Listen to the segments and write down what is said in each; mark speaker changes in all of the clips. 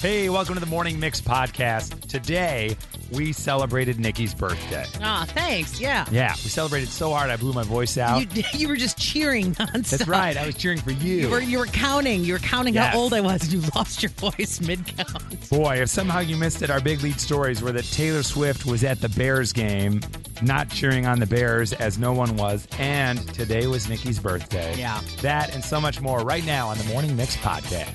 Speaker 1: Hey, welcome to the Morning Mix podcast. Today, we celebrated Nikki's birthday.
Speaker 2: Ah, thanks. Yeah.
Speaker 1: Yeah, we celebrated so hard I blew my voice out.
Speaker 2: You, you were just cheering nonstop.
Speaker 1: That's right. I was cheering for you.
Speaker 2: You were, you were counting. You were counting
Speaker 1: Yes.
Speaker 2: how old I was. You lost your voice mid count.
Speaker 1: Boy, if somehow you missed it, our big lead stories were that Taylor Swift was at the Bears game, not cheering on the Bears as no one was, and today was Nikki's birthday.
Speaker 2: Yeah.
Speaker 1: That and so much more right now on the Morning Mix podcast.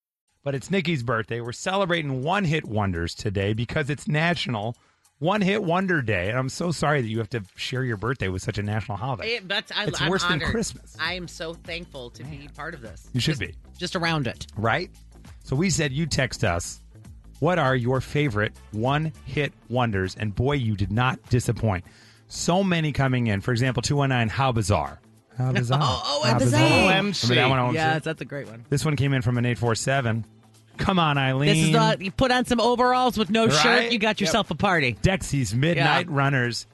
Speaker 1: But it's Nikki's birthday. We're celebrating one hit wonders today because it's National One Hit Wonder Day. And I'm so sorry that you have to share your birthday with such a national holiday.
Speaker 2: It- that's, I,
Speaker 1: it's
Speaker 2: I'm
Speaker 1: worse
Speaker 2: honored.
Speaker 1: than Christmas,
Speaker 2: I am so thankful to be part of this.
Speaker 1: You should
Speaker 2: Just-
Speaker 1: be.
Speaker 2: Just around it.
Speaker 1: right? So we said you text us. What are your favorite one hit wonders? And boy, you did not disappoint. So many coming in. For example, 219 How Bizarre. How Bizarre.
Speaker 2: oh,
Speaker 1: How
Speaker 2: OMC.
Speaker 1: Bizarre.
Speaker 3: OMC.
Speaker 1: Remember that one, OMC?
Speaker 2: Yes, that's a great one.
Speaker 1: This one came in from an 847. Come on, Eileen.
Speaker 2: This is the, you put on some overalls with no
Speaker 1: Right?
Speaker 2: shirt, you got yourself a party.
Speaker 1: Dexy's Midnight
Speaker 2: Yeah.
Speaker 1: Runners.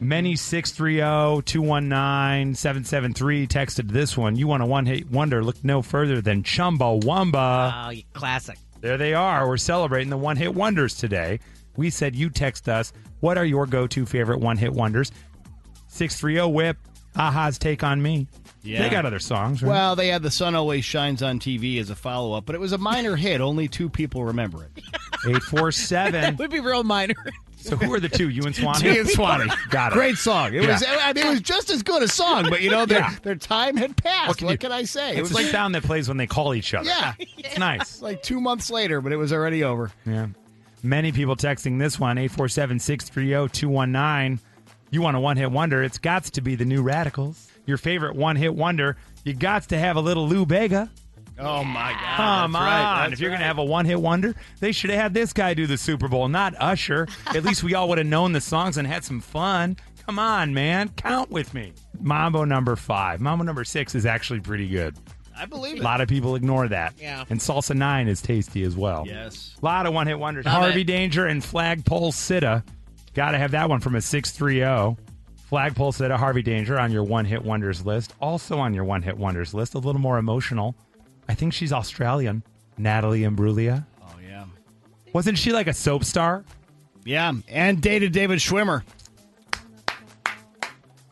Speaker 1: Many oh, 630-219-773 texted this one. You want a one-hit wonder? Look no further than Chumbawamba.
Speaker 2: Oh, you- classic.
Speaker 1: there they are. We're celebrating the one-hit wonders today. We said you text us. What are your go-to favorite one-hit wonders? oh, 630 Whip. Aha's Take on Me.
Speaker 3: Yeah.
Speaker 1: They got other songs. Right?
Speaker 3: Well, they had The Sun Always Shines on TV as a follow up, but it was a minor hit. Only two people remember it.
Speaker 1: 847.
Speaker 2: Would be real minor.
Speaker 1: so who are the two? You and Swan?
Speaker 3: Me and Swanee.
Speaker 1: Got it.
Speaker 3: Great song. It
Speaker 1: Yeah.
Speaker 3: was I mean, it was just as good a song, but you know, their,
Speaker 1: Yeah.
Speaker 3: their time had passed. What
Speaker 1: can
Speaker 3: can,
Speaker 1: you-
Speaker 3: I say?
Speaker 1: It's
Speaker 3: It was
Speaker 1: a
Speaker 3: like
Speaker 1: sound that plays when they call each other.
Speaker 3: Yeah.
Speaker 1: It's nice.
Speaker 3: it's like two months later, but it was already over.
Speaker 1: Yeah. Many people texting this one, 847 630 219. You want a one hit wonder? It's got to be the new radicals. Your favorite one hit wonder. You got to have a little Lou Bega.
Speaker 3: Oh my god.
Speaker 1: Come on. if you're going to have a one hit wonder, they should have had this guy do the Super Bowl, not Usher. At least we all would have known the songs and had some fun. Come on, man. Count with me. Mambo number five. Mambo number six is actually pretty good.
Speaker 3: I
Speaker 1: A
Speaker 3: believe it.
Speaker 1: lot of people ignore that.
Speaker 2: Yeah.
Speaker 1: And Salsa 9 is tasty as well.
Speaker 3: Yes.
Speaker 1: A lot of one hit wonders.
Speaker 2: Love
Speaker 1: Harvey
Speaker 2: it.
Speaker 1: Danger and Flagpole Sitta. Got to have that one from a 630. Flagpole Sitta, Harvey Danger on your one hit wonders list. Also on your one hit wonders list, a little more emotional. I think she's Australian. Natalie Imbruglia.
Speaker 3: Oh yeah.
Speaker 1: Wasn't she like a soap star?
Speaker 3: Yeah. And dated David Schwimmer.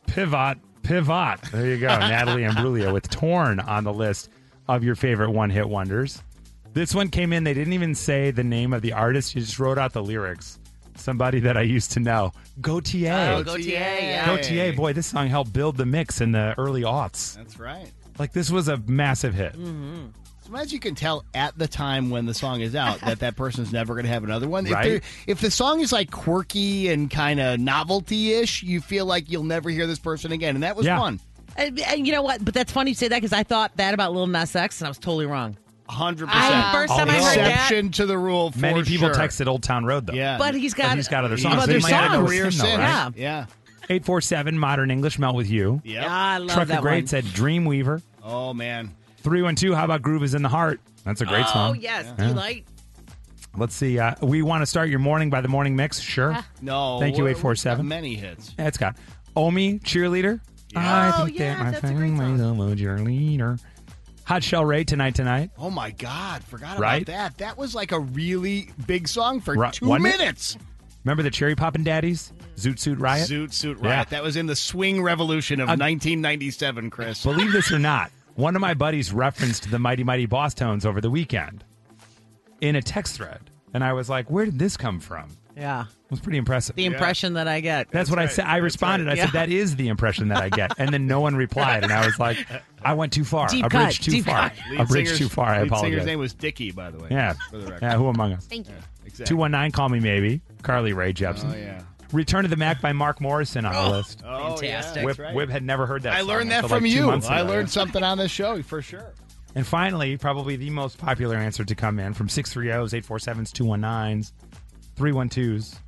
Speaker 1: Pivot, pivot. There you go. Natalie Imbruglia with Torn on the list of your favorite one hit wonders. This one came in. They didn't even say the name of the artist. You just wrote out the lyrics. Somebody that I used to know. Gautier.
Speaker 2: Oh, Gautier, yeah.
Speaker 1: Gautier, boy, this song helped build the mix in the early aughts.
Speaker 3: That's right.
Speaker 1: Like, this was a massive hit.
Speaker 2: Mm.
Speaker 3: So as you can tell at the time when the song is out that that person's never going to have another one.
Speaker 1: Right.
Speaker 3: If, they're- if the song is like quirky and kind of novelty-ish, you feel like you'll never hear this person again, and that was
Speaker 1: Yeah.
Speaker 3: fun.
Speaker 2: And, and you know what? But that's funny you say that because I thought that about Lil Nas X and I was totally wrong.
Speaker 3: Hundred
Speaker 2: I-
Speaker 3: percent.
Speaker 2: first time I heard that-
Speaker 3: exception to the rule. For
Speaker 1: Many people
Speaker 3: sure.
Speaker 1: texted Old Town Road, though.
Speaker 3: Yeah,
Speaker 2: But he's got,
Speaker 1: Uh, he's got other
Speaker 3: He's
Speaker 1: songs.
Speaker 2: Other
Speaker 1: They might have
Speaker 3: had a
Speaker 2: songs.
Speaker 3: career
Speaker 1: Sin, though,
Speaker 3: sin.
Speaker 2: right?
Speaker 3: Yeah,
Speaker 1: 847 Modern English Melt with You.
Speaker 3: yeah,
Speaker 2: Yeah, I love
Speaker 1: Trucker
Speaker 2: that
Speaker 1: Great
Speaker 2: one.
Speaker 1: said Dreamweaver.
Speaker 3: Oh man,
Speaker 1: 312, How About Groove is in the Heart? That's a great
Speaker 2: Oh
Speaker 1: song.
Speaker 2: yes,
Speaker 1: Yeah.
Speaker 2: delight.
Speaker 1: Let's see. Uh, we want to start your morning by the morning mix. Sure.
Speaker 3: no.
Speaker 1: Thank you,
Speaker 3: we're-
Speaker 1: 847.
Speaker 3: we've got Many hits.
Speaker 1: Yeah, it's got Omi, cheerleader.
Speaker 3: Yeah.
Speaker 2: Oh, yeah, that's a great song.
Speaker 1: love cheerleader. Hot Shell Ray, tonight, tonight.
Speaker 3: Oh my God, forgot
Speaker 1: Right?
Speaker 3: about that. That was like a really big song for
Speaker 1: Right,
Speaker 3: 2
Speaker 1: wasn't it?
Speaker 3: minutes.
Speaker 1: Remember the Cherry Poppin' Daddies? Zoot Suit Riot?
Speaker 3: Zoot Suit Riot.
Speaker 1: Yeah.
Speaker 3: That was in the swing revolution of 1997, Chris.
Speaker 1: Believe this or not, one of my buddies referenced the Mighty Mighty Boss Tones over the weekend. in a text thread. And I was like, where did this come from?
Speaker 2: Yeah.
Speaker 1: It was pretty impressive.
Speaker 2: The impression that I get.
Speaker 1: That's, what I said. I responded. I said
Speaker 2: Yeah.
Speaker 1: that is the impression that I get, and then no one replied, and I was like, "I went too far.
Speaker 2: Deep
Speaker 1: a bridge
Speaker 2: cut,
Speaker 1: too
Speaker 2: deep
Speaker 1: far.
Speaker 2: cut.
Speaker 1: A bridge
Speaker 4: singer's-
Speaker 1: too far." I
Speaker 4: lead Singer's
Speaker 1: apologize.
Speaker 4: name was Dickie, by the way.
Speaker 1: yeah,
Speaker 4: For the record.
Speaker 1: yeah. Who among us?
Speaker 5: Thank you.
Speaker 4: Exactly.
Speaker 1: Two one nine. Call me maybe. Carly Rae Jepsen.
Speaker 4: Oh yeah.
Speaker 1: Return to the Mac by Mark Morrison on the list.
Speaker 4: Oh,
Speaker 2: Fantastic.
Speaker 4: Yeah.
Speaker 1: Whip,
Speaker 4: right.
Speaker 1: Whip had never heard that.
Speaker 3: I
Speaker 1: song
Speaker 3: learned that
Speaker 1: until, like,
Speaker 3: from
Speaker 1: two
Speaker 3: you.
Speaker 1: months
Speaker 3: I
Speaker 1: ago.
Speaker 3: learned something on this show for sure.
Speaker 1: And finally, probably the most popular answer to come in from 630s, 847s, 219s, 312s,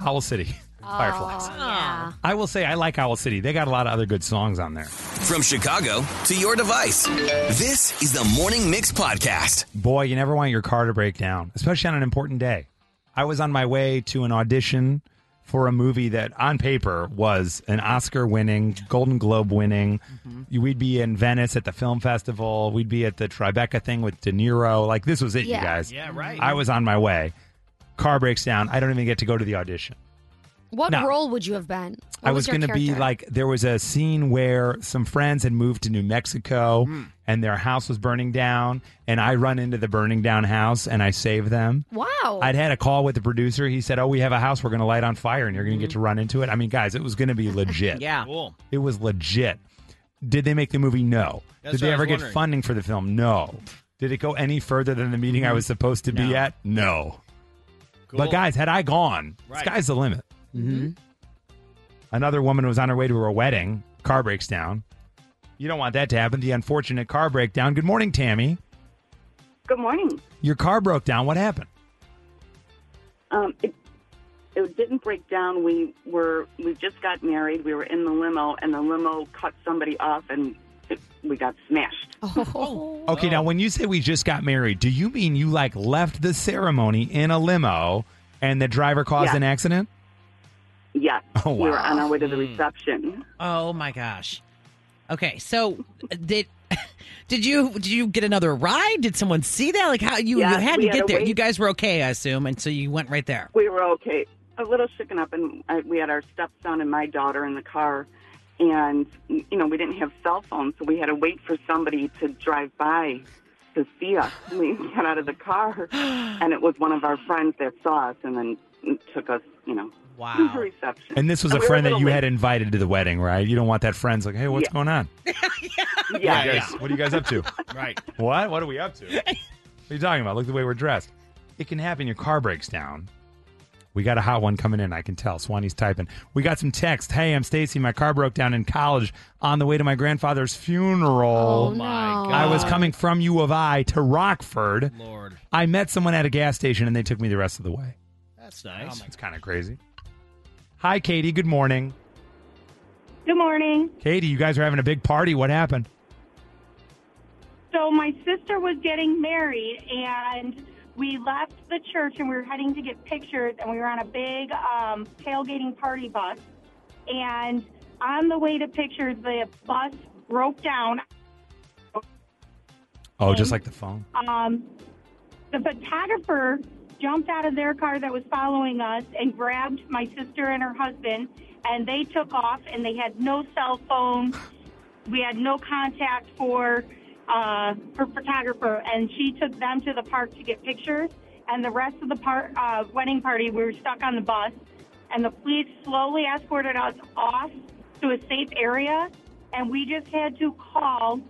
Speaker 1: Owl City, Fireflies.
Speaker 5: Yeah.
Speaker 1: I will say I like Owl City. They got a lot of other good songs on there.
Speaker 6: From Chicago to your device, this is the Morning Mix Podcast.
Speaker 1: Boy, you never want your car to break down, especially on an important day. I was on my way to an audition for a movie that, on paper, was an Oscar winning, Golden Globe winning. We'd be in Venice at the film festival. We'd be at the Tribeca thing with De Niro. Like, this was it,
Speaker 5: Yeah.
Speaker 1: you guys.
Speaker 3: Yeah, right.
Speaker 1: I was on my way. Car breaks down. I don't even get to go to the audition.
Speaker 5: What
Speaker 1: No.
Speaker 5: role would you have been? What
Speaker 1: I was
Speaker 5: your
Speaker 1: going to be
Speaker 5: character?
Speaker 1: like, there was a scene where some friends had moved to New Mexico and their house was burning down, and I run into the burning down house and I save them.
Speaker 5: Wow.
Speaker 1: I'd had a call with the producer. He said, Oh, we have a house we're going to light on fire and you're going to get to run into it. I mean, guys, it was going to be legit.
Speaker 2: Yeah.
Speaker 3: Cool.
Speaker 1: It was legit. Did they make the movie? No.
Speaker 4: That's
Speaker 1: Did they
Speaker 4: what I
Speaker 1: ever
Speaker 4: was
Speaker 1: get
Speaker 4: wondering.
Speaker 1: funding for the film? No. Did it go any further than the meeting I was supposed to be at? No.
Speaker 4: Cool.
Speaker 1: But guys, had I gone,
Speaker 4: Right.
Speaker 1: sky's the limit. Another woman was on her way to her wedding. Car breaks down. You don't want that to happen. The unfortunate car breakdown. Good morning, Tammy.
Speaker 7: Good morning.
Speaker 1: Your car broke down. What happened?
Speaker 7: Um, it, it didn't break down. We were we just got married. We were in the limo, and the limo cut somebody off, and it, we got smashed.
Speaker 5: oh.
Speaker 1: Okay, now when you say we just got married, do you mean you like left the ceremony in a limo and the driver caused
Speaker 7: Yeah.
Speaker 1: an accident?
Speaker 7: Yes,
Speaker 1: Oh,
Speaker 7: we were
Speaker 1: wow.
Speaker 7: on our way to the reception.
Speaker 2: Oh my gosh. Okay, so uh, did did you did you get another ride? Did someone see that? Like how you
Speaker 7: Yeah,
Speaker 2: you had
Speaker 7: we
Speaker 2: to
Speaker 7: had
Speaker 2: get
Speaker 7: to
Speaker 2: there.
Speaker 7: wait.
Speaker 2: You guys were okay, I assume, and so you went right there.
Speaker 7: We were okay, a little shaken up, and I, we had our stepson and my daughter in the car, and you know we didn't have cell phones, so we had to wait for somebody to drive by to see us. We got out of the car, and it was one of our friends that saw us, and then took us, you know, to the
Speaker 2: Wow.
Speaker 7: reception.
Speaker 1: And this was a
Speaker 7: we were
Speaker 1: friend that
Speaker 7: little
Speaker 1: you
Speaker 7: late.
Speaker 1: had invited to the wedding, right? You don't want that friend's like, hey, what's
Speaker 7: Yeah.
Speaker 1: going on?
Speaker 7: Yeah.
Speaker 3: Yeah.
Speaker 1: Guys, What are you guys up to?
Speaker 3: Right.
Speaker 1: What? What are we up to? What are you talking about? Look at the way we're dressed. It can happen. Your car breaks down. We got a hot one coming in. I can tell. Swanee's typing. We got some text. Hey, I'm Stacy. My car broke down in college on the way to my grandfather's funeral.
Speaker 5: Oh, no.
Speaker 1: I was coming from U of I to Rockford.
Speaker 3: Lord,
Speaker 1: I met someone at a gas station and they took me the rest of the way.
Speaker 3: that's nice.
Speaker 1: It's kind of crazy. Hi, Katie. Good morning.
Speaker 7: Good morning.
Speaker 1: Katie, you guys are having a big party. What happened?
Speaker 8: So my sister was getting married, and we left the church, and we were heading to get pictures, and we were on a big um, tailgating party bus. And on the way to pictures, the bus broke down.
Speaker 1: Oh, just like the phone.
Speaker 8: Um, the photographer jumped out of their car that was following us and grabbed my sister and her husband, and they took off, and they had no cell phone. We had no contact for uh, her photographer, and she took them to the park to get pictures. And the rest of the par- uh, wedding party, we were stuck on the bus, and the police slowly escorted us off to a safe area, and we just had to call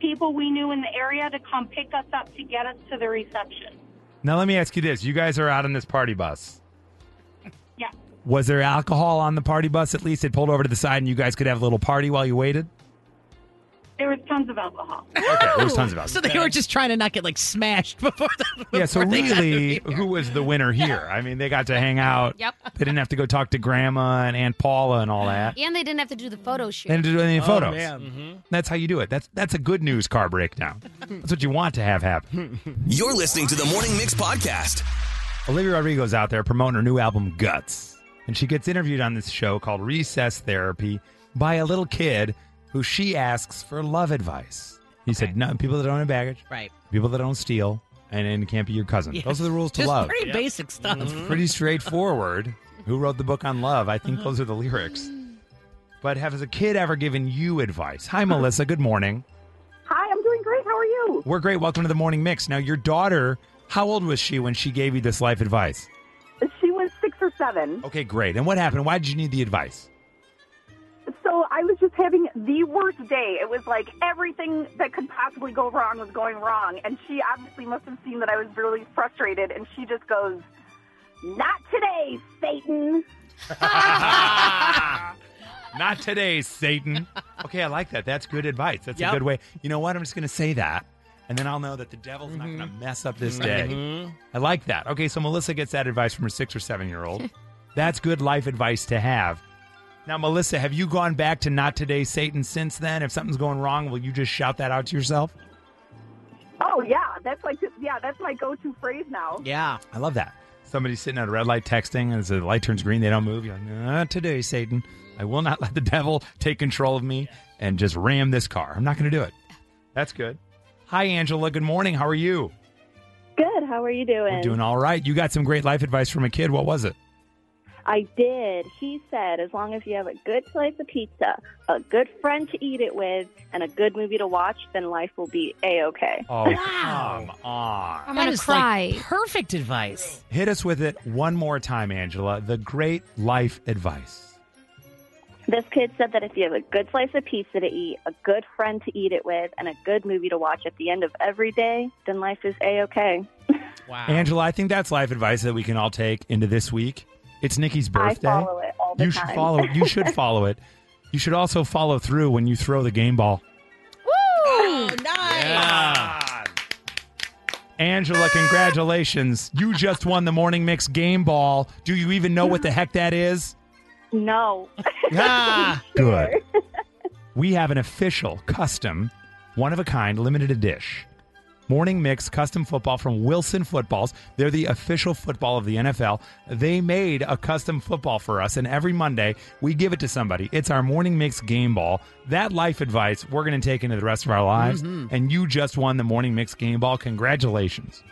Speaker 8: people we knew in the area to come pick us up to get us to the reception.
Speaker 1: Now, let me ask you this. You guys are out on this party bus.
Speaker 8: Yeah.
Speaker 1: Was there alcohol on the party bus? At least it pulled over to the side, and you guys could have a little party while you waited.
Speaker 8: There was tons of alcohol.
Speaker 1: Okay, there was tons of
Speaker 2: So
Speaker 1: alcohol.
Speaker 2: they were just trying to not get like smashed before the
Speaker 1: Yeah, so
Speaker 2: before they got to
Speaker 1: really, uh,
Speaker 2: the-
Speaker 1: who was the winner here? I mean, they got to hang out.
Speaker 5: Yep.
Speaker 1: They didn't have to go talk to Grandma and Aunt Paula and all that.
Speaker 5: And they didn't have to do the photo shoot.
Speaker 1: They didn't do any photos.
Speaker 4: Mm-hmm.
Speaker 1: That's how you do it. That's that's a good news car breakdown. That's what you want to have happen.
Speaker 6: You're listening to the Morning Mix Podcast.
Speaker 1: Olivia Rodrigo's out there promoting her new album Guts, and she gets interviewed on this show called Recess Therapy by a little kid who she asks for love advice. He said, "No, people that don't have baggage,
Speaker 2: right.
Speaker 1: people that don't steal, and, and it can't be your cousin. Those are the rules to
Speaker 2: Just
Speaker 1: love.
Speaker 2: Pretty basic stuff.
Speaker 1: Pretty straightforward. Who wrote the book on love? I think those are the lyrics. But has a kid ever given you advice? Hi, Melissa. Good morning.
Speaker 7: Hi, I'm doing great. How are you?
Speaker 1: We're great. Welcome to the morning mix. Now, your daughter How old was she when she gave you this life advice?
Speaker 8: She was six or seven.
Speaker 1: Okay, great. And what happened? Why did you need the advice?
Speaker 8: So I was just having the worst day. It was like everything that could possibly go wrong was going wrong. And she obviously must have seen that I was really frustrated. And she just goes, Not today, Satan.
Speaker 1: Not today, Satan. Okay, I like that. That's good advice. That's
Speaker 2: Yep.
Speaker 1: a good way. You know what? I'm just going to say that, and then I'll know that the devil's not going to mess up this day.
Speaker 4: Mhm.
Speaker 1: I like that. Okay, so Melissa gets that advice from her six or seven year old. That's good life advice to have. Now, Melissa, have you gone back to not today, Satan since then? If something's going wrong, will you just shout that out to yourself?
Speaker 8: Oh, yeah. That's like, yeah, that's my go to phrase now.
Speaker 2: Yeah.
Speaker 1: I love that. Somebody's sitting at a red light texting, and as the light turns green, they don't move. You're like, not today, Satan. I will not let the devil take control of me and just ram this car. I'm not going to do it. That's good. Hi, Angela. Good morning. How are you?
Speaker 9: Good. How are you doing?
Speaker 1: We're doing all right. You got some great life advice from a kid. What was it?
Speaker 9: I did. He said, as long as you have a good slice of pizza, a good friend to eat it with, and a good movie to watch, then life will be a okay.
Speaker 1: Oh, come on.
Speaker 5: I'm gonna cry.
Speaker 2: perfect advice.
Speaker 1: Hit us with it one more time, Angela. The great life advice.
Speaker 9: This kid said that if you have a good slice of pizza to eat, a good friend to eat it with, and a good movie to watch at the end of every day, then life is a okay.
Speaker 2: Wow.
Speaker 1: Angela, I think that's life advice that we can all take into this week. It's Nikki's birthday.
Speaker 9: follow it all the
Speaker 1: you should
Speaker 9: time.
Speaker 1: follow it. You should follow it. You should also follow through when you throw the game ball.
Speaker 2: Oh, nice.
Speaker 1: Angela, congratulations. You just won the Morning Mix game ball. Do you even know what the heck that is?
Speaker 9: No.
Speaker 1: Ah, good. We have an official, custom, one of a kind, limited dish. Morning Mix custom football from Wilson Footballs. They're the official football of the NFL. They made a custom football for us, and every Monday we give it to somebody. It's our Morning Mix game ball. That life advice we're going to take into the rest of our lives.
Speaker 9: Mhm.
Speaker 1: And you just won the Morning Mix game ball. Congratulations.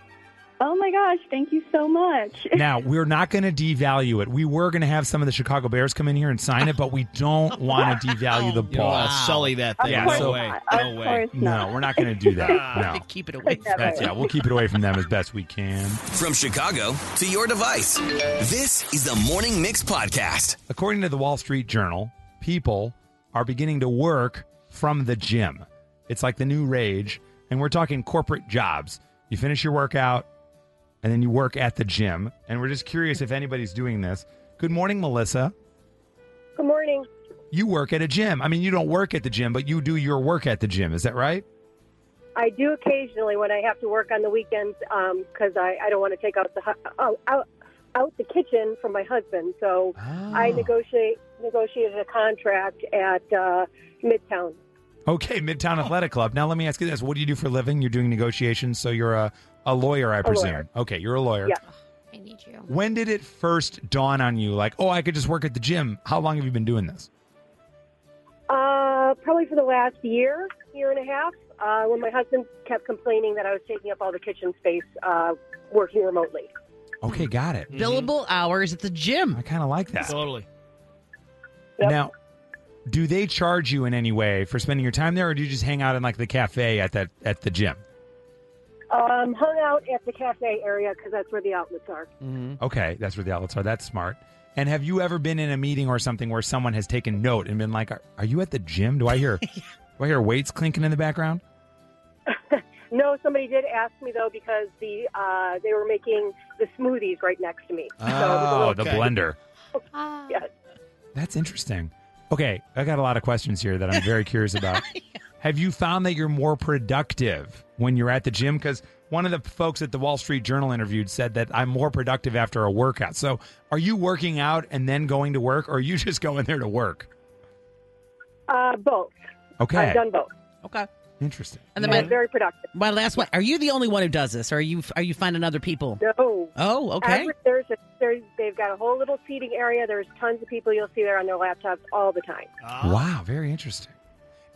Speaker 9: Oh my gosh, thank you so much.
Speaker 1: Now, we're not going to devalue it. We were going to have some of the Chicago Bears come in here and sign it, but we don't want to devalue the
Speaker 3: You don't
Speaker 1: ball.
Speaker 3: wanna sully that thing.
Speaker 1: Yeah,
Speaker 3: No
Speaker 1: so-
Speaker 3: way.
Speaker 9: No Of way. course
Speaker 1: No, we're not going to do that. No.
Speaker 2: Keep it away.
Speaker 1: That's, yeah, we'll keep it away from them as best we can.
Speaker 6: From Chicago to your device, this is the Morning Mix Podcast.
Speaker 1: According to the Wall Street Journal, people are beginning to work from the gym. It's like the new rage, and we're talking corporate jobs. You finish your workout, and then you work at the gym. And we're just curious if anybody's doing this. Good morning, Melissa.
Speaker 10: Good morning.
Speaker 1: You work at a gym. I mean, you don't work at the gym, but you do your work at the gym. Is that right?
Speaker 10: I do occasionally when I have to work on the weekends because I, I don't want to take out the hu- oh, out out the kitchen from my husband. So I negotiate negotiated a contract at uh, Midtown.
Speaker 1: Okay, Midtown Athletic Club. Now, let me ask you this. What do you do for a living? You're doing negotiations, so you're a, a lawyer, I presume.
Speaker 10: lawyer.
Speaker 1: Okay, you're a lawyer.
Speaker 10: Yeah.
Speaker 5: I need you.
Speaker 1: When did it first dawn on you, like, oh, I could just work at the gym? How long have you been doing this?
Speaker 10: Uh, probably for the last year, year and a half, uh, when my husband kept complaining that I was taking up all the kitchen space uh, working remotely.
Speaker 1: Okay, got it.
Speaker 2: Billable hours at the gym.
Speaker 1: I kind of like that.
Speaker 3: Totally.
Speaker 1: Now, do they charge you in any way for spending your time there, or do you just hang out in like the cafe at that at the gym?
Speaker 10: Um, hung out at the cafe area because that's where the outlets are.
Speaker 1: Okay, that's where the outlets are. That's smart. And have you ever been in a meeting or something where someone has taken note and been like, "Are, are you at the gym? Do I hear? Do I hear weights clinking in the background?"
Speaker 10: No, somebody did ask me though because the uh, they were making the smoothies right next to me. So it was a
Speaker 1: Oh,
Speaker 10: little-
Speaker 1: the blender.
Speaker 10: Yes.
Speaker 1: That's interesting. Okay, I got a lot of questions here that I'm very curious about. Have you found that you're more productive when you're at the gym? Because one of the folks at the Wall Street Journal interviewed said that I'm more productive after a workout. So are you working out and then going to work, or are you just going there to work?
Speaker 10: Uh, both.
Speaker 1: Okay.
Speaker 10: I've done both.
Speaker 2: Okay.
Speaker 1: Interesting.
Speaker 2: And then
Speaker 10: Yeah,
Speaker 2: my,
Speaker 10: very productive.
Speaker 2: my last one. Are you the only one who does this? Or are you are you finding other people?
Speaker 10: No.
Speaker 2: Oh, okay.
Speaker 10: Every- there's a, there's, they've got a whole little seating area. There's tons of people you'll see there on their laptops all the time.
Speaker 1: Wow, very interesting.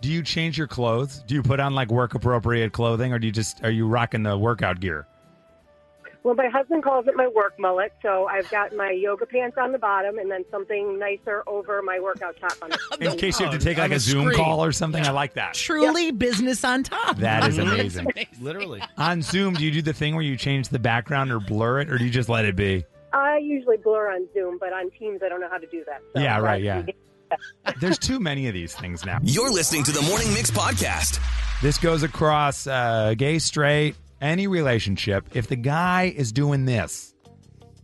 Speaker 1: Do you change your clothes? Do you put on like work appropriate clothing, or do you just are you rocking the workout gear?
Speaker 10: Well, my husband calls it my work mullet, so I've got my yoga pants on the bottom and then something nicer over my workout top on the
Speaker 1: In case you have to take
Speaker 3: on
Speaker 1: like
Speaker 3: the
Speaker 1: a Zoom
Speaker 3: screen.
Speaker 1: call or something, I like that.
Speaker 2: Truly business on top.
Speaker 1: That is amazing.
Speaker 3: Literally.
Speaker 1: On Zoom, do you do the thing where you change the background or blur it, or do you just let it be?
Speaker 10: I usually blur on Zoom, but on Teams, I don't know how to do that. So
Speaker 1: yeah, right. Yeah. There's too many of these things now.
Speaker 6: You're listening to the Morning Mix podcast.
Speaker 1: This goes across uh, gay, straight, any relationship. If the guy is doing this,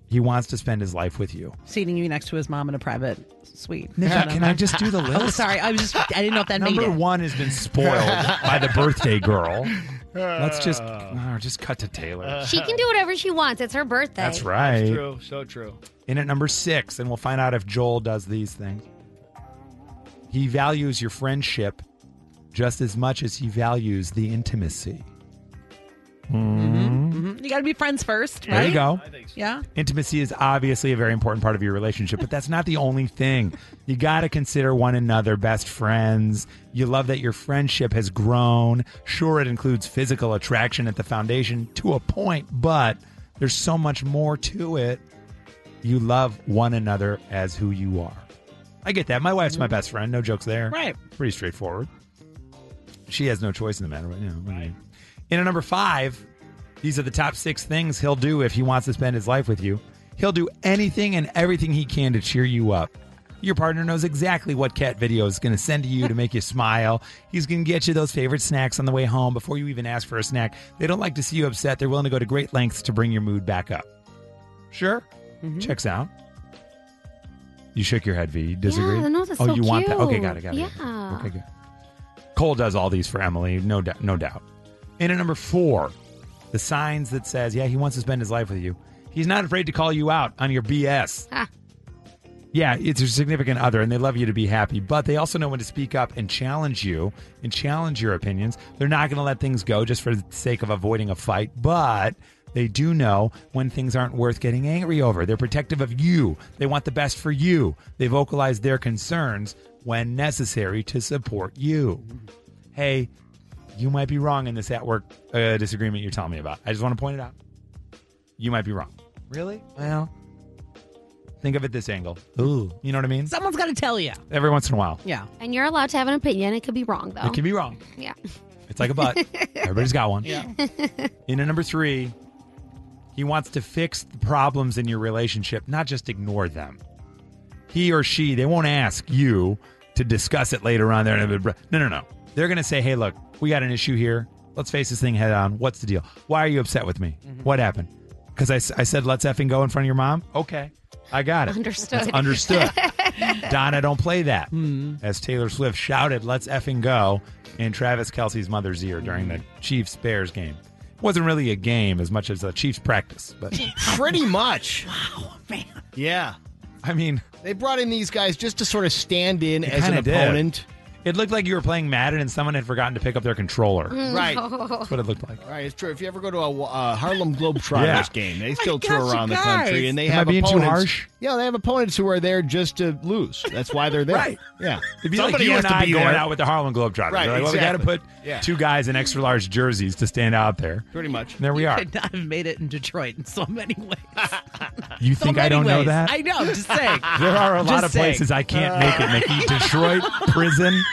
Speaker 1: he wants to spend his life with you.
Speaker 2: Seating you next to his mom in a private suite.
Speaker 1: Nick,
Speaker 2: Shut up.
Speaker 1: can I just do the
Speaker 2: Oh,
Speaker 1: list?
Speaker 2: sorry. I was just. I didn't know if that made
Speaker 1: Number
Speaker 2: it.
Speaker 1: one has been spoiled by the birthday girl. Let's just oh, just cut to Taylor.
Speaker 2: Uh,
Speaker 5: She can do whatever she wants. It's her birthday.
Speaker 1: That's right.
Speaker 4: That's true. So true.
Speaker 1: In at number six, and we'll find out if Joel does these things. He values your friendship just as much as he values the intimacy.
Speaker 2: Mhm. You got to be friends first.
Speaker 1: There you
Speaker 2: right?
Speaker 1: go.
Speaker 2: Yeah.
Speaker 1: Intimacy is obviously a very important part of your relationship, but that's not the only thing. You got to consider one another best friends. You love that your friendship has grown. Sure, it includes physical attraction at the foundation to a point, but there's so much more to it. You love one another as who you are. I get that. My wife's my best friend. No jokes there.
Speaker 2: Right.
Speaker 1: Pretty straightforward. She has no choice in the matter, but you know. what do you mean? In at number five, these are the top six things he'll do if he wants to spend his life with you. He'll do anything and everything he can to cheer you up. Your partner knows exactly what cat video is going to send to you to make you smile. He's going to get you those favorite snacks on the way home before you even ask for a snack. They don't like to see you upset. They're willing to go to great lengths to bring your mood back up. Sure.
Speaker 5: Mm-hmm.
Speaker 1: Checks out. You shook your head, V. You disagree?
Speaker 5: Yeah, no, that's
Speaker 1: oh,
Speaker 5: so
Speaker 1: you want that? Okay,
Speaker 5: cute.
Speaker 1: got it, got it. got it.
Speaker 5: Yeah.
Speaker 1: Okay, good. Cole does all these for Emily, no doubt, no doubt. And at number four, the signs that says, yeah, he wants to spend his life with you. He's not afraid to call you out on your BS.
Speaker 5: Ah.
Speaker 1: Yeah, it's your significant other, and they love you to be happy, but they also know when to speak up and challenge you and challenge your opinions. They're not going to let things go just for the sake of avoiding a fight, but they do know when things aren't worth getting angry over. They're protective of you, they want the best for you. They vocalize their concerns when necessary to support you. Hey, you might be wrong in this at work uh, disagreement you're telling me about. I just want to point it out. You might be wrong. Really? Well, think of it this angle. Ooh, you know what I mean?
Speaker 2: Someone's got to tell you.
Speaker 1: Every once in a while,
Speaker 2: Yeah.
Speaker 5: And you're allowed to have an opinion. It could be wrong though.
Speaker 1: it can be wrong.
Speaker 5: yeah.
Speaker 1: It's like a butt. Everybody's got one. Yeah. In at number three, he wants to fix the problems in your relationship, not just ignore them. He or she, they won't ask you to discuss it later on. There, no, no, no. They're going to say, "Hey, look, we got an issue here. Let's face this thing head on. What's the deal? Why are you upset with me? What happened? Because I, s- I said let's effing go in front of your mom. Okay, I got it.
Speaker 5: Understood.
Speaker 1: That's understood. Donna, don't play that. As Taylor Swift shouted, let's effing go in Travis Kelsey's mother's ear during the Chiefs Bears game. It wasn't really a game as much as a Chiefs practice, but
Speaker 3: Pretty much. Yeah.
Speaker 1: I mean,
Speaker 3: They brought in these guys just to sort of stand in
Speaker 1: it
Speaker 3: as an
Speaker 1: kinda did.
Speaker 3: opponent.
Speaker 1: It looked like you were playing Madden and someone had forgotten to pick up their controller.
Speaker 3: Right.
Speaker 1: That's what it looked like.
Speaker 3: All right, it's true. If you ever go to a uh, Harlem Globetrotters
Speaker 1: Yeah.
Speaker 3: game, they still
Speaker 2: Oh gosh,
Speaker 3: tour
Speaker 2: you
Speaker 3: around the country,
Speaker 2: guys.
Speaker 3: and they
Speaker 1: Am I
Speaker 3: have
Speaker 1: being too
Speaker 3: opponents.
Speaker 1: harsh?
Speaker 3: Yeah, they have opponents who are there just to lose. That's why they're there.
Speaker 1: Right.
Speaker 3: Yeah.
Speaker 1: It'd be like you and I going out with the Harlem Globetrotters.
Speaker 3: Right,
Speaker 1: They're like, well, we
Speaker 3: exactly.
Speaker 1: got to put
Speaker 3: Yeah.
Speaker 1: two guys in extra large jerseys to stand out there.
Speaker 3: Pretty much.
Speaker 1: And there we are.
Speaker 2: Could not have made it in Detroit in so many ways.
Speaker 1: You
Speaker 2: So
Speaker 1: think I
Speaker 2: many
Speaker 1: don't know
Speaker 2: ways.
Speaker 1: that?
Speaker 2: I know. I'm just saying.
Speaker 1: There are a lot
Speaker 2: Just
Speaker 1: of
Speaker 2: saying.
Speaker 1: places I can't make it, Mickey. Detroit, prison.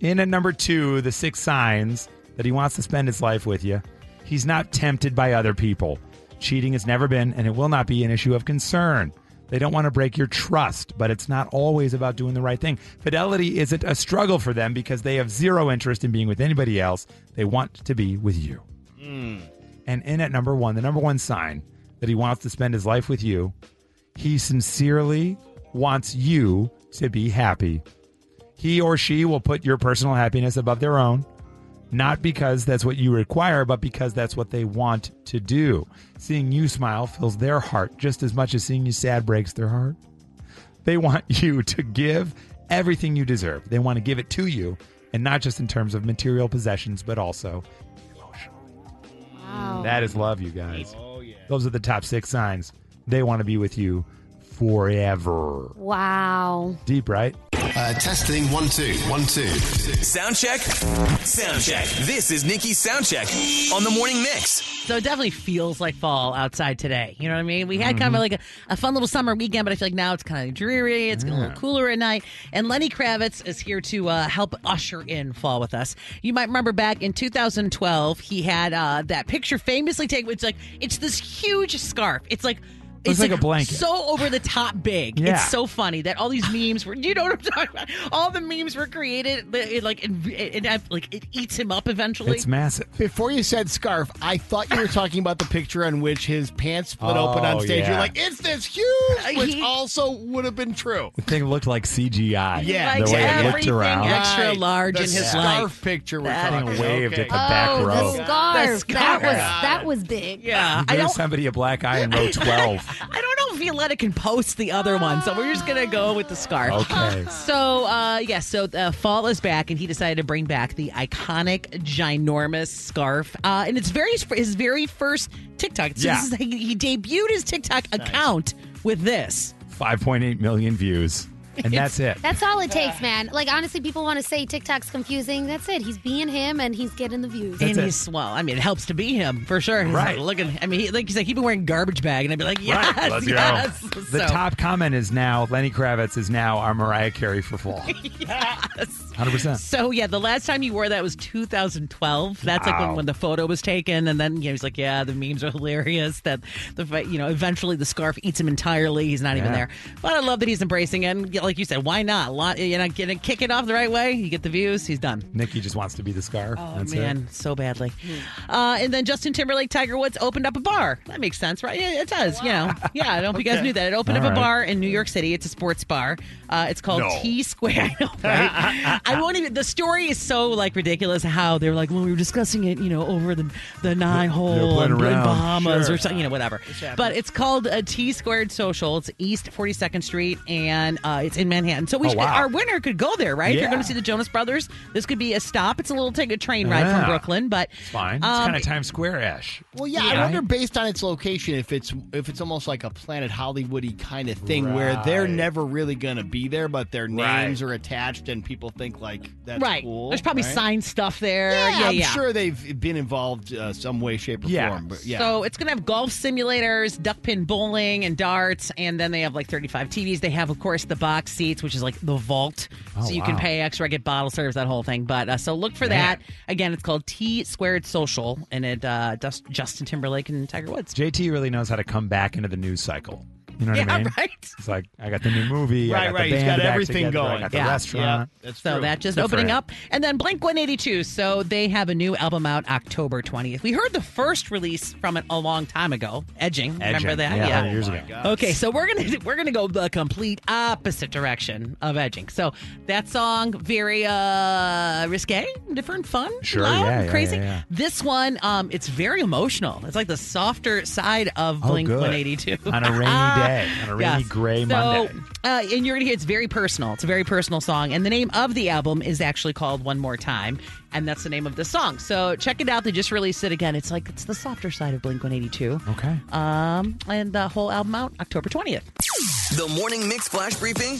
Speaker 1: In at number two, the six signs that he wants to spend his life with you. He's not tempted by other people. Cheating has never been and it will not be an issue of concern. They don't want to break your trust, but it's not always about doing the right thing. Fidelity isn't a struggle for them because they have zero interest in being with anybody else. They want to be with you. And in at number one, the number one sign that he wants to spend his life with you, he sincerely wants you to be happy. He or she will put your personal happiness above their own, not because that's what you require, but because that's what they want to do. Seeing you smile fills their heart just as much as seeing you sad breaks their heart. They want you to give everything you deserve. They want to give it to you, and not just in terms of material possessions, but also
Speaker 5: Wow.
Speaker 1: that is love, you guys. Oh, yeah. Those are the top six signs. They want to be with you forever.
Speaker 5: Wow.
Speaker 1: Deep, right?
Speaker 11: Uh, testing one two one two.
Speaker 6: Sound check. Sound check. This is Nikki's sound check on the morning mix.
Speaker 2: So it definitely feels like fall outside today. You know what I mean? We had kind
Speaker 1: Mm-hmm.
Speaker 2: of like a, a fun little summer weekend, but I feel like now it's kind of dreary. It's getting a
Speaker 12: Yeah.
Speaker 2: little cooler at night. And Lenny Kravitz is here to uh, help usher in fall with us. You might remember back in 2012, he had uh, that picture famously taken. It's like, it's this huge scarf. It's like,
Speaker 1: Looks like a blanket.
Speaker 2: So over the top big.
Speaker 1: Yeah.
Speaker 2: It's so funny that all these memes were, you know what I'm talking about? All the memes were created. It, like, it, it, it, like, it eats him up eventually.
Speaker 1: massive.
Speaker 3: Before you said scarf, I thought you were talking about the picture on which his pants split open on
Speaker 1: Oh,
Speaker 3: stage.
Speaker 1: yeah.
Speaker 3: You're like, it's this huge, which
Speaker 2: he-
Speaker 3: also would have been true.
Speaker 1: The thing looked like CGI.
Speaker 3: Yeah,
Speaker 1: the way it looked
Speaker 3: everything
Speaker 1: around.
Speaker 2: extra
Speaker 3: Right.
Speaker 2: large
Speaker 3: The
Speaker 2: in his
Speaker 3: scarf
Speaker 2: life.
Speaker 3: picture. We're
Speaker 2: That-
Speaker 3: talking
Speaker 1: Being
Speaker 3: about.
Speaker 1: waved at the
Speaker 3: Okay.
Speaker 1: back
Speaker 5: oh,
Speaker 1: row.
Speaker 5: the scarf.
Speaker 2: The
Speaker 5: That
Speaker 2: scarf.
Speaker 5: was that was big.
Speaker 2: Yeah, I
Speaker 1: There's
Speaker 2: don't.
Speaker 1: somebody a black eye in row 12.
Speaker 2: I don't know if Violetta can post the other one, so we're just gonna go with the scarf.
Speaker 1: Okay.
Speaker 2: So, uh, yes, so uh, fall is back, and he decided to bring back the iconic, ginormous scarf, uh, and it's very his very first TikTok. So
Speaker 1: Yeah.
Speaker 2: this is, he, he debuted his TikTok account with this.
Speaker 1: 5.8 million views. And that's it.
Speaker 5: That's all it takes, man. Like honestly, people want to say TikTok's confusing. That's it. He's being him, and he's getting the views.
Speaker 2: and he's well. I mean, it helps to be him for sure. He's
Speaker 1: Right.
Speaker 2: Like, looking, I mean, he, like he's like he'd been wearing garbage bag, and I'd be like, yes,
Speaker 1: right. Let's
Speaker 2: yes.
Speaker 1: go. The
Speaker 2: So-
Speaker 1: top comment is now Lenny Kravitz is now our Mariah Carey for fall.
Speaker 2: yes.
Speaker 1: 100%.
Speaker 2: So yeah, the last time you wore that was 2012. That's like when,
Speaker 1: Wow.
Speaker 2: when the photo was taken, and then you know, he's like, "Yeah, the memes are hilarious." That the fa- you know eventually the scarf eats him entirely. He's not even
Speaker 1: Yeah.
Speaker 2: there. But I love that he's embracing it. And yeah, like you said, why not? Lot, you know, get it, kick it off the right way. You get the views. He's done.
Speaker 1: Nikki just wants to be the scarf.
Speaker 2: Oh
Speaker 1: That's
Speaker 2: man,
Speaker 1: it.
Speaker 2: so badly. Uh, and then Justin Timberlake, Tiger Woods opened up a bar. That makes sense, right? Yeah, it does. You know, yeah. I don't know if you guys
Speaker 12: Okay.
Speaker 2: knew that. It opened
Speaker 12: All
Speaker 2: up
Speaker 12: right.
Speaker 2: a bar in New York City. It's a sports bar. Uh, it's called
Speaker 12: No.
Speaker 2: T Square. I know, right? I won't even. The story is so like ridiculous. How they were like when we were discussing it, you know, over the the nine hole
Speaker 12: playing
Speaker 2: in
Speaker 12: around.
Speaker 2: Bahamas
Speaker 12: Sure.
Speaker 2: or something, you know, whatever.
Speaker 12: happens.
Speaker 2: But it's called a T Squared Social. It's East Forty Second Street, and uh, it's in Manhattan. So we
Speaker 12: Oh,
Speaker 2: should,
Speaker 12: wow.
Speaker 2: our winner could go there, right? If you're
Speaker 12: Yeah.
Speaker 2: going to see the Jonas Brothers, this could be a stop. It's a little take a train ride
Speaker 1: Yeah.
Speaker 2: from Brooklyn, but
Speaker 1: It's fine. It's
Speaker 2: Um,
Speaker 1: kind of Times Square ish.
Speaker 3: Well, yeah, I wonder based on its location if it's if it's almost like a Planet Hollywoody kind of thing where they're
Speaker 1: Right.
Speaker 3: never really going to be there, but their
Speaker 1: Right.
Speaker 3: names are attached and people think like that's
Speaker 2: right.
Speaker 3: cool.
Speaker 2: There's probably
Speaker 3: right?
Speaker 2: sign stuff there.
Speaker 3: Yeah,
Speaker 2: yeah,
Speaker 3: I'm sure they've been involved uh, some way, shape, or form. But yeah,
Speaker 2: So it's going to have golf simulators, duckpin bowling, and darts. And then they have like 35 TVs. They have, of course, the box seats, which is like the vault.
Speaker 12: Oh,
Speaker 2: so you can
Speaker 12: wow.
Speaker 2: pay extra, get bottle serves, that whole thing. But uh, so look for that. Again, it's called T Squared Social, and it uh, Dust- Justin Timberlake and Tiger Woods.
Speaker 1: JT really knows how to come back into the news cycle. You know what
Speaker 2: Yeah,
Speaker 1: I mean?
Speaker 2: right.
Speaker 1: It's like I got the new movie. I
Speaker 3: Right,
Speaker 1: got
Speaker 3: right.
Speaker 1: The
Speaker 3: He's
Speaker 1: band
Speaker 3: got
Speaker 1: back
Speaker 3: everything
Speaker 1: together, I
Speaker 3: going.
Speaker 1: got the
Speaker 3: Yeah.
Speaker 1: restaurant.
Speaker 3: Yeah, that's
Speaker 2: So that just
Speaker 1: Good for
Speaker 2: opening
Speaker 1: him.
Speaker 2: up. And then Blink 182. So they have a new album out October 20th. We heard the first release from it a long time ago, Edging. Remember
Speaker 1: Edging.
Speaker 2: that?
Speaker 1: Yeah, 100 years Oh, my ago. gosh.
Speaker 2: Okay, so we're going to we're going to go the complete opposite direction of Edging. So that song very uh risque, different, fun,
Speaker 12: Sure,
Speaker 2: loud,
Speaker 12: yeah, yeah,
Speaker 2: crazy.
Speaker 12: yeah, yeah.
Speaker 2: This one um it's very emotional. It's like the softer side of
Speaker 1: Oh,
Speaker 2: Blink
Speaker 1: good.
Speaker 2: 182.
Speaker 1: On a rainy day, on a rainy gray
Speaker 2: Ah, so,
Speaker 1: Monday.
Speaker 2: uh, and you're gonna hear it's very personal. It's a very personal song, and the name of the album is actually called "One More Time," and that's the name of the song. So check it out. They just released it again. It's like it's the softer side of Blink One Eighty Two.
Speaker 1: Okay.
Speaker 2: Um, and the whole album out October twentieth.
Speaker 6: The morning mix flash briefing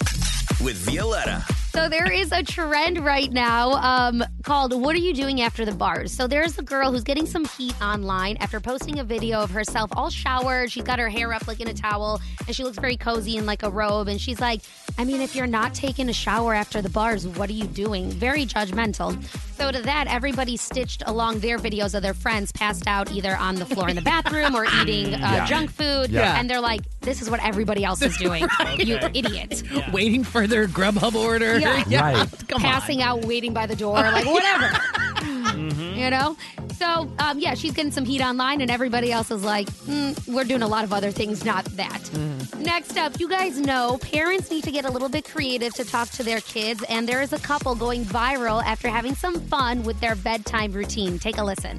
Speaker 6: with Violetta.
Speaker 5: So there is a trend right now um, called "What are you doing after the bars?" So there's a girl who's getting some heat online after posting a video of herself all showered. She's got her hair up like in a towel, and she looks very cozy in like a robe. And she's like, "I mean, if you're not taking a shower after the bars, what are you doing?" Very judgmental. So to that, everybody stitched along their videos of their friends passed out either on the floor in the bathroom or eating uh,
Speaker 2: Yeah.
Speaker 5: junk food,
Speaker 2: Yeah.
Speaker 5: and they're like, "This is what everybody else is doing, you idiot."
Speaker 2: Waiting for their Grubhub order.
Speaker 5: Yeah.
Speaker 1: Right.
Speaker 2: Come on.
Speaker 5: passing out, waiting by the door, like whatever,
Speaker 2: Mm-hmm.
Speaker 5: you know. So um, yeah, she's getting some heat online, and everybody else is like, mm, we're doing a lot of other things, not that.
Speaker 2: Mm-hmm.
Speaker 5: Next up, you guys know parents need to get a little bit creative to talk to their kids, and there is a couple going viral after having some fun with their bedtime routine. Take a listen.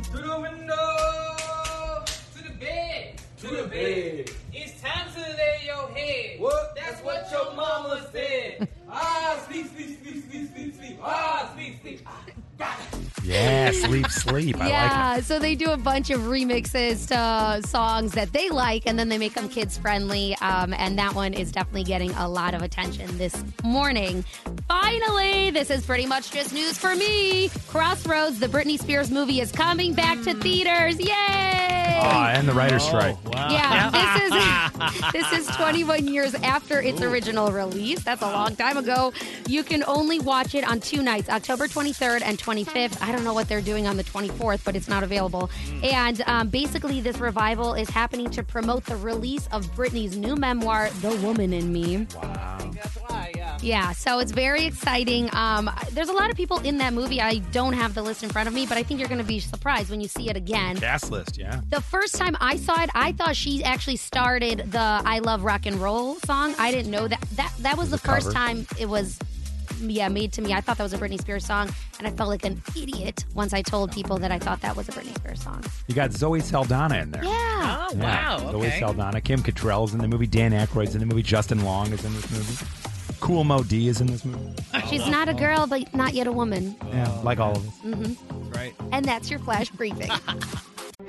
Speaker 13: To the bed. It's time to lay your head. What? That's what your mama said. ah, sleep, sleep, sleep, sleep, sleep, sleep. Ah, sleep, sleep. Ah, got it.
Speaker 1: Yeah. Yeah, sleep, sleep. I
Speaker 5: yeah,
Speaker 1: like it.
Speaker 5: so they do a bunch of remixes to songs that they like, and then they make them kids friendly. Um, and that one is definitely getting a lot of attention this morning. Finally, this is pretty much just news for me. Crossroads, the Britney Spears movie, is coming back to theaters. Yay!
Speaker 1: Aw, Ah, and the
Speaker 3: Oh,
Speaker 1: writer's strike.
Speaker 5: Yeah, this is this is 21 years after its original release. That's a long time ago. You can only watch it on two nights, October 23rd and 25th. I don't know what they're doing on the 24th, but it's not available. And um, basically, this revival is happening to promote the release of Britney's new memoir, The Woman in Me. Wow. Yeah, so it's very exciting. Um, there's a lot of people in that movie. I don't have the list in front of me, but I think you're going to be surprised when you see it again.
Speaker 1: Cast list, yeah.
Speaker 5: The first time I saw it, I thought she actually started the "I Love Rock and Roll" song. I didn't know that. That that was the
Speaker 1: cover.
Speaker 5: first time it was, yeah, made to me. I thought that was a Britney Spears song, and I felt like an idiot once I told people that I thought that was a Britney Spears song.
Speaker 1: You got Zoe Saldana in there.
Speaker 5: Yeah.
Speaker 1: Yeah, Zoe Saldana. Kim Cattrall's in the movie. Dan Aykroyd's in the movie. Justin Long is in this movie. Cool Mo D is in this movie.
Speaker 5: She's not a girl, but not yet a woman.
Speaker 1: Yeah, like all of us.
Speaker 5: hmm
Speaker 1: Right.
Speaker 5: And that's your flash briefing.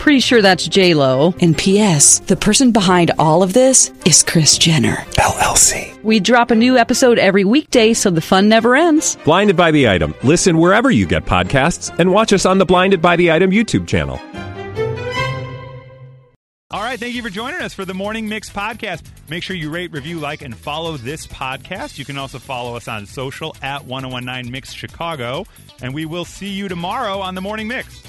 Speaker 14: Pretty sure that's J Lo. And P.S. The person behind all of this is Chris Jenner
Speaker 12: LLC.
Speaker 14: We drop a new episode every weekday, so the fun never ends.
Speaker 12: Blinded by the item. Listen wherever you get podcasts, and watch us on the Blinded by the Item YouTube channel.
Speaker 1: All right, thank you for joining us for the Morning Mix podcast. Make sure you rate, review, like, and follow this podcast. You can also follow us on social at 1019 Mix Chicago. And we will see you tomorrow on the Morning Mix.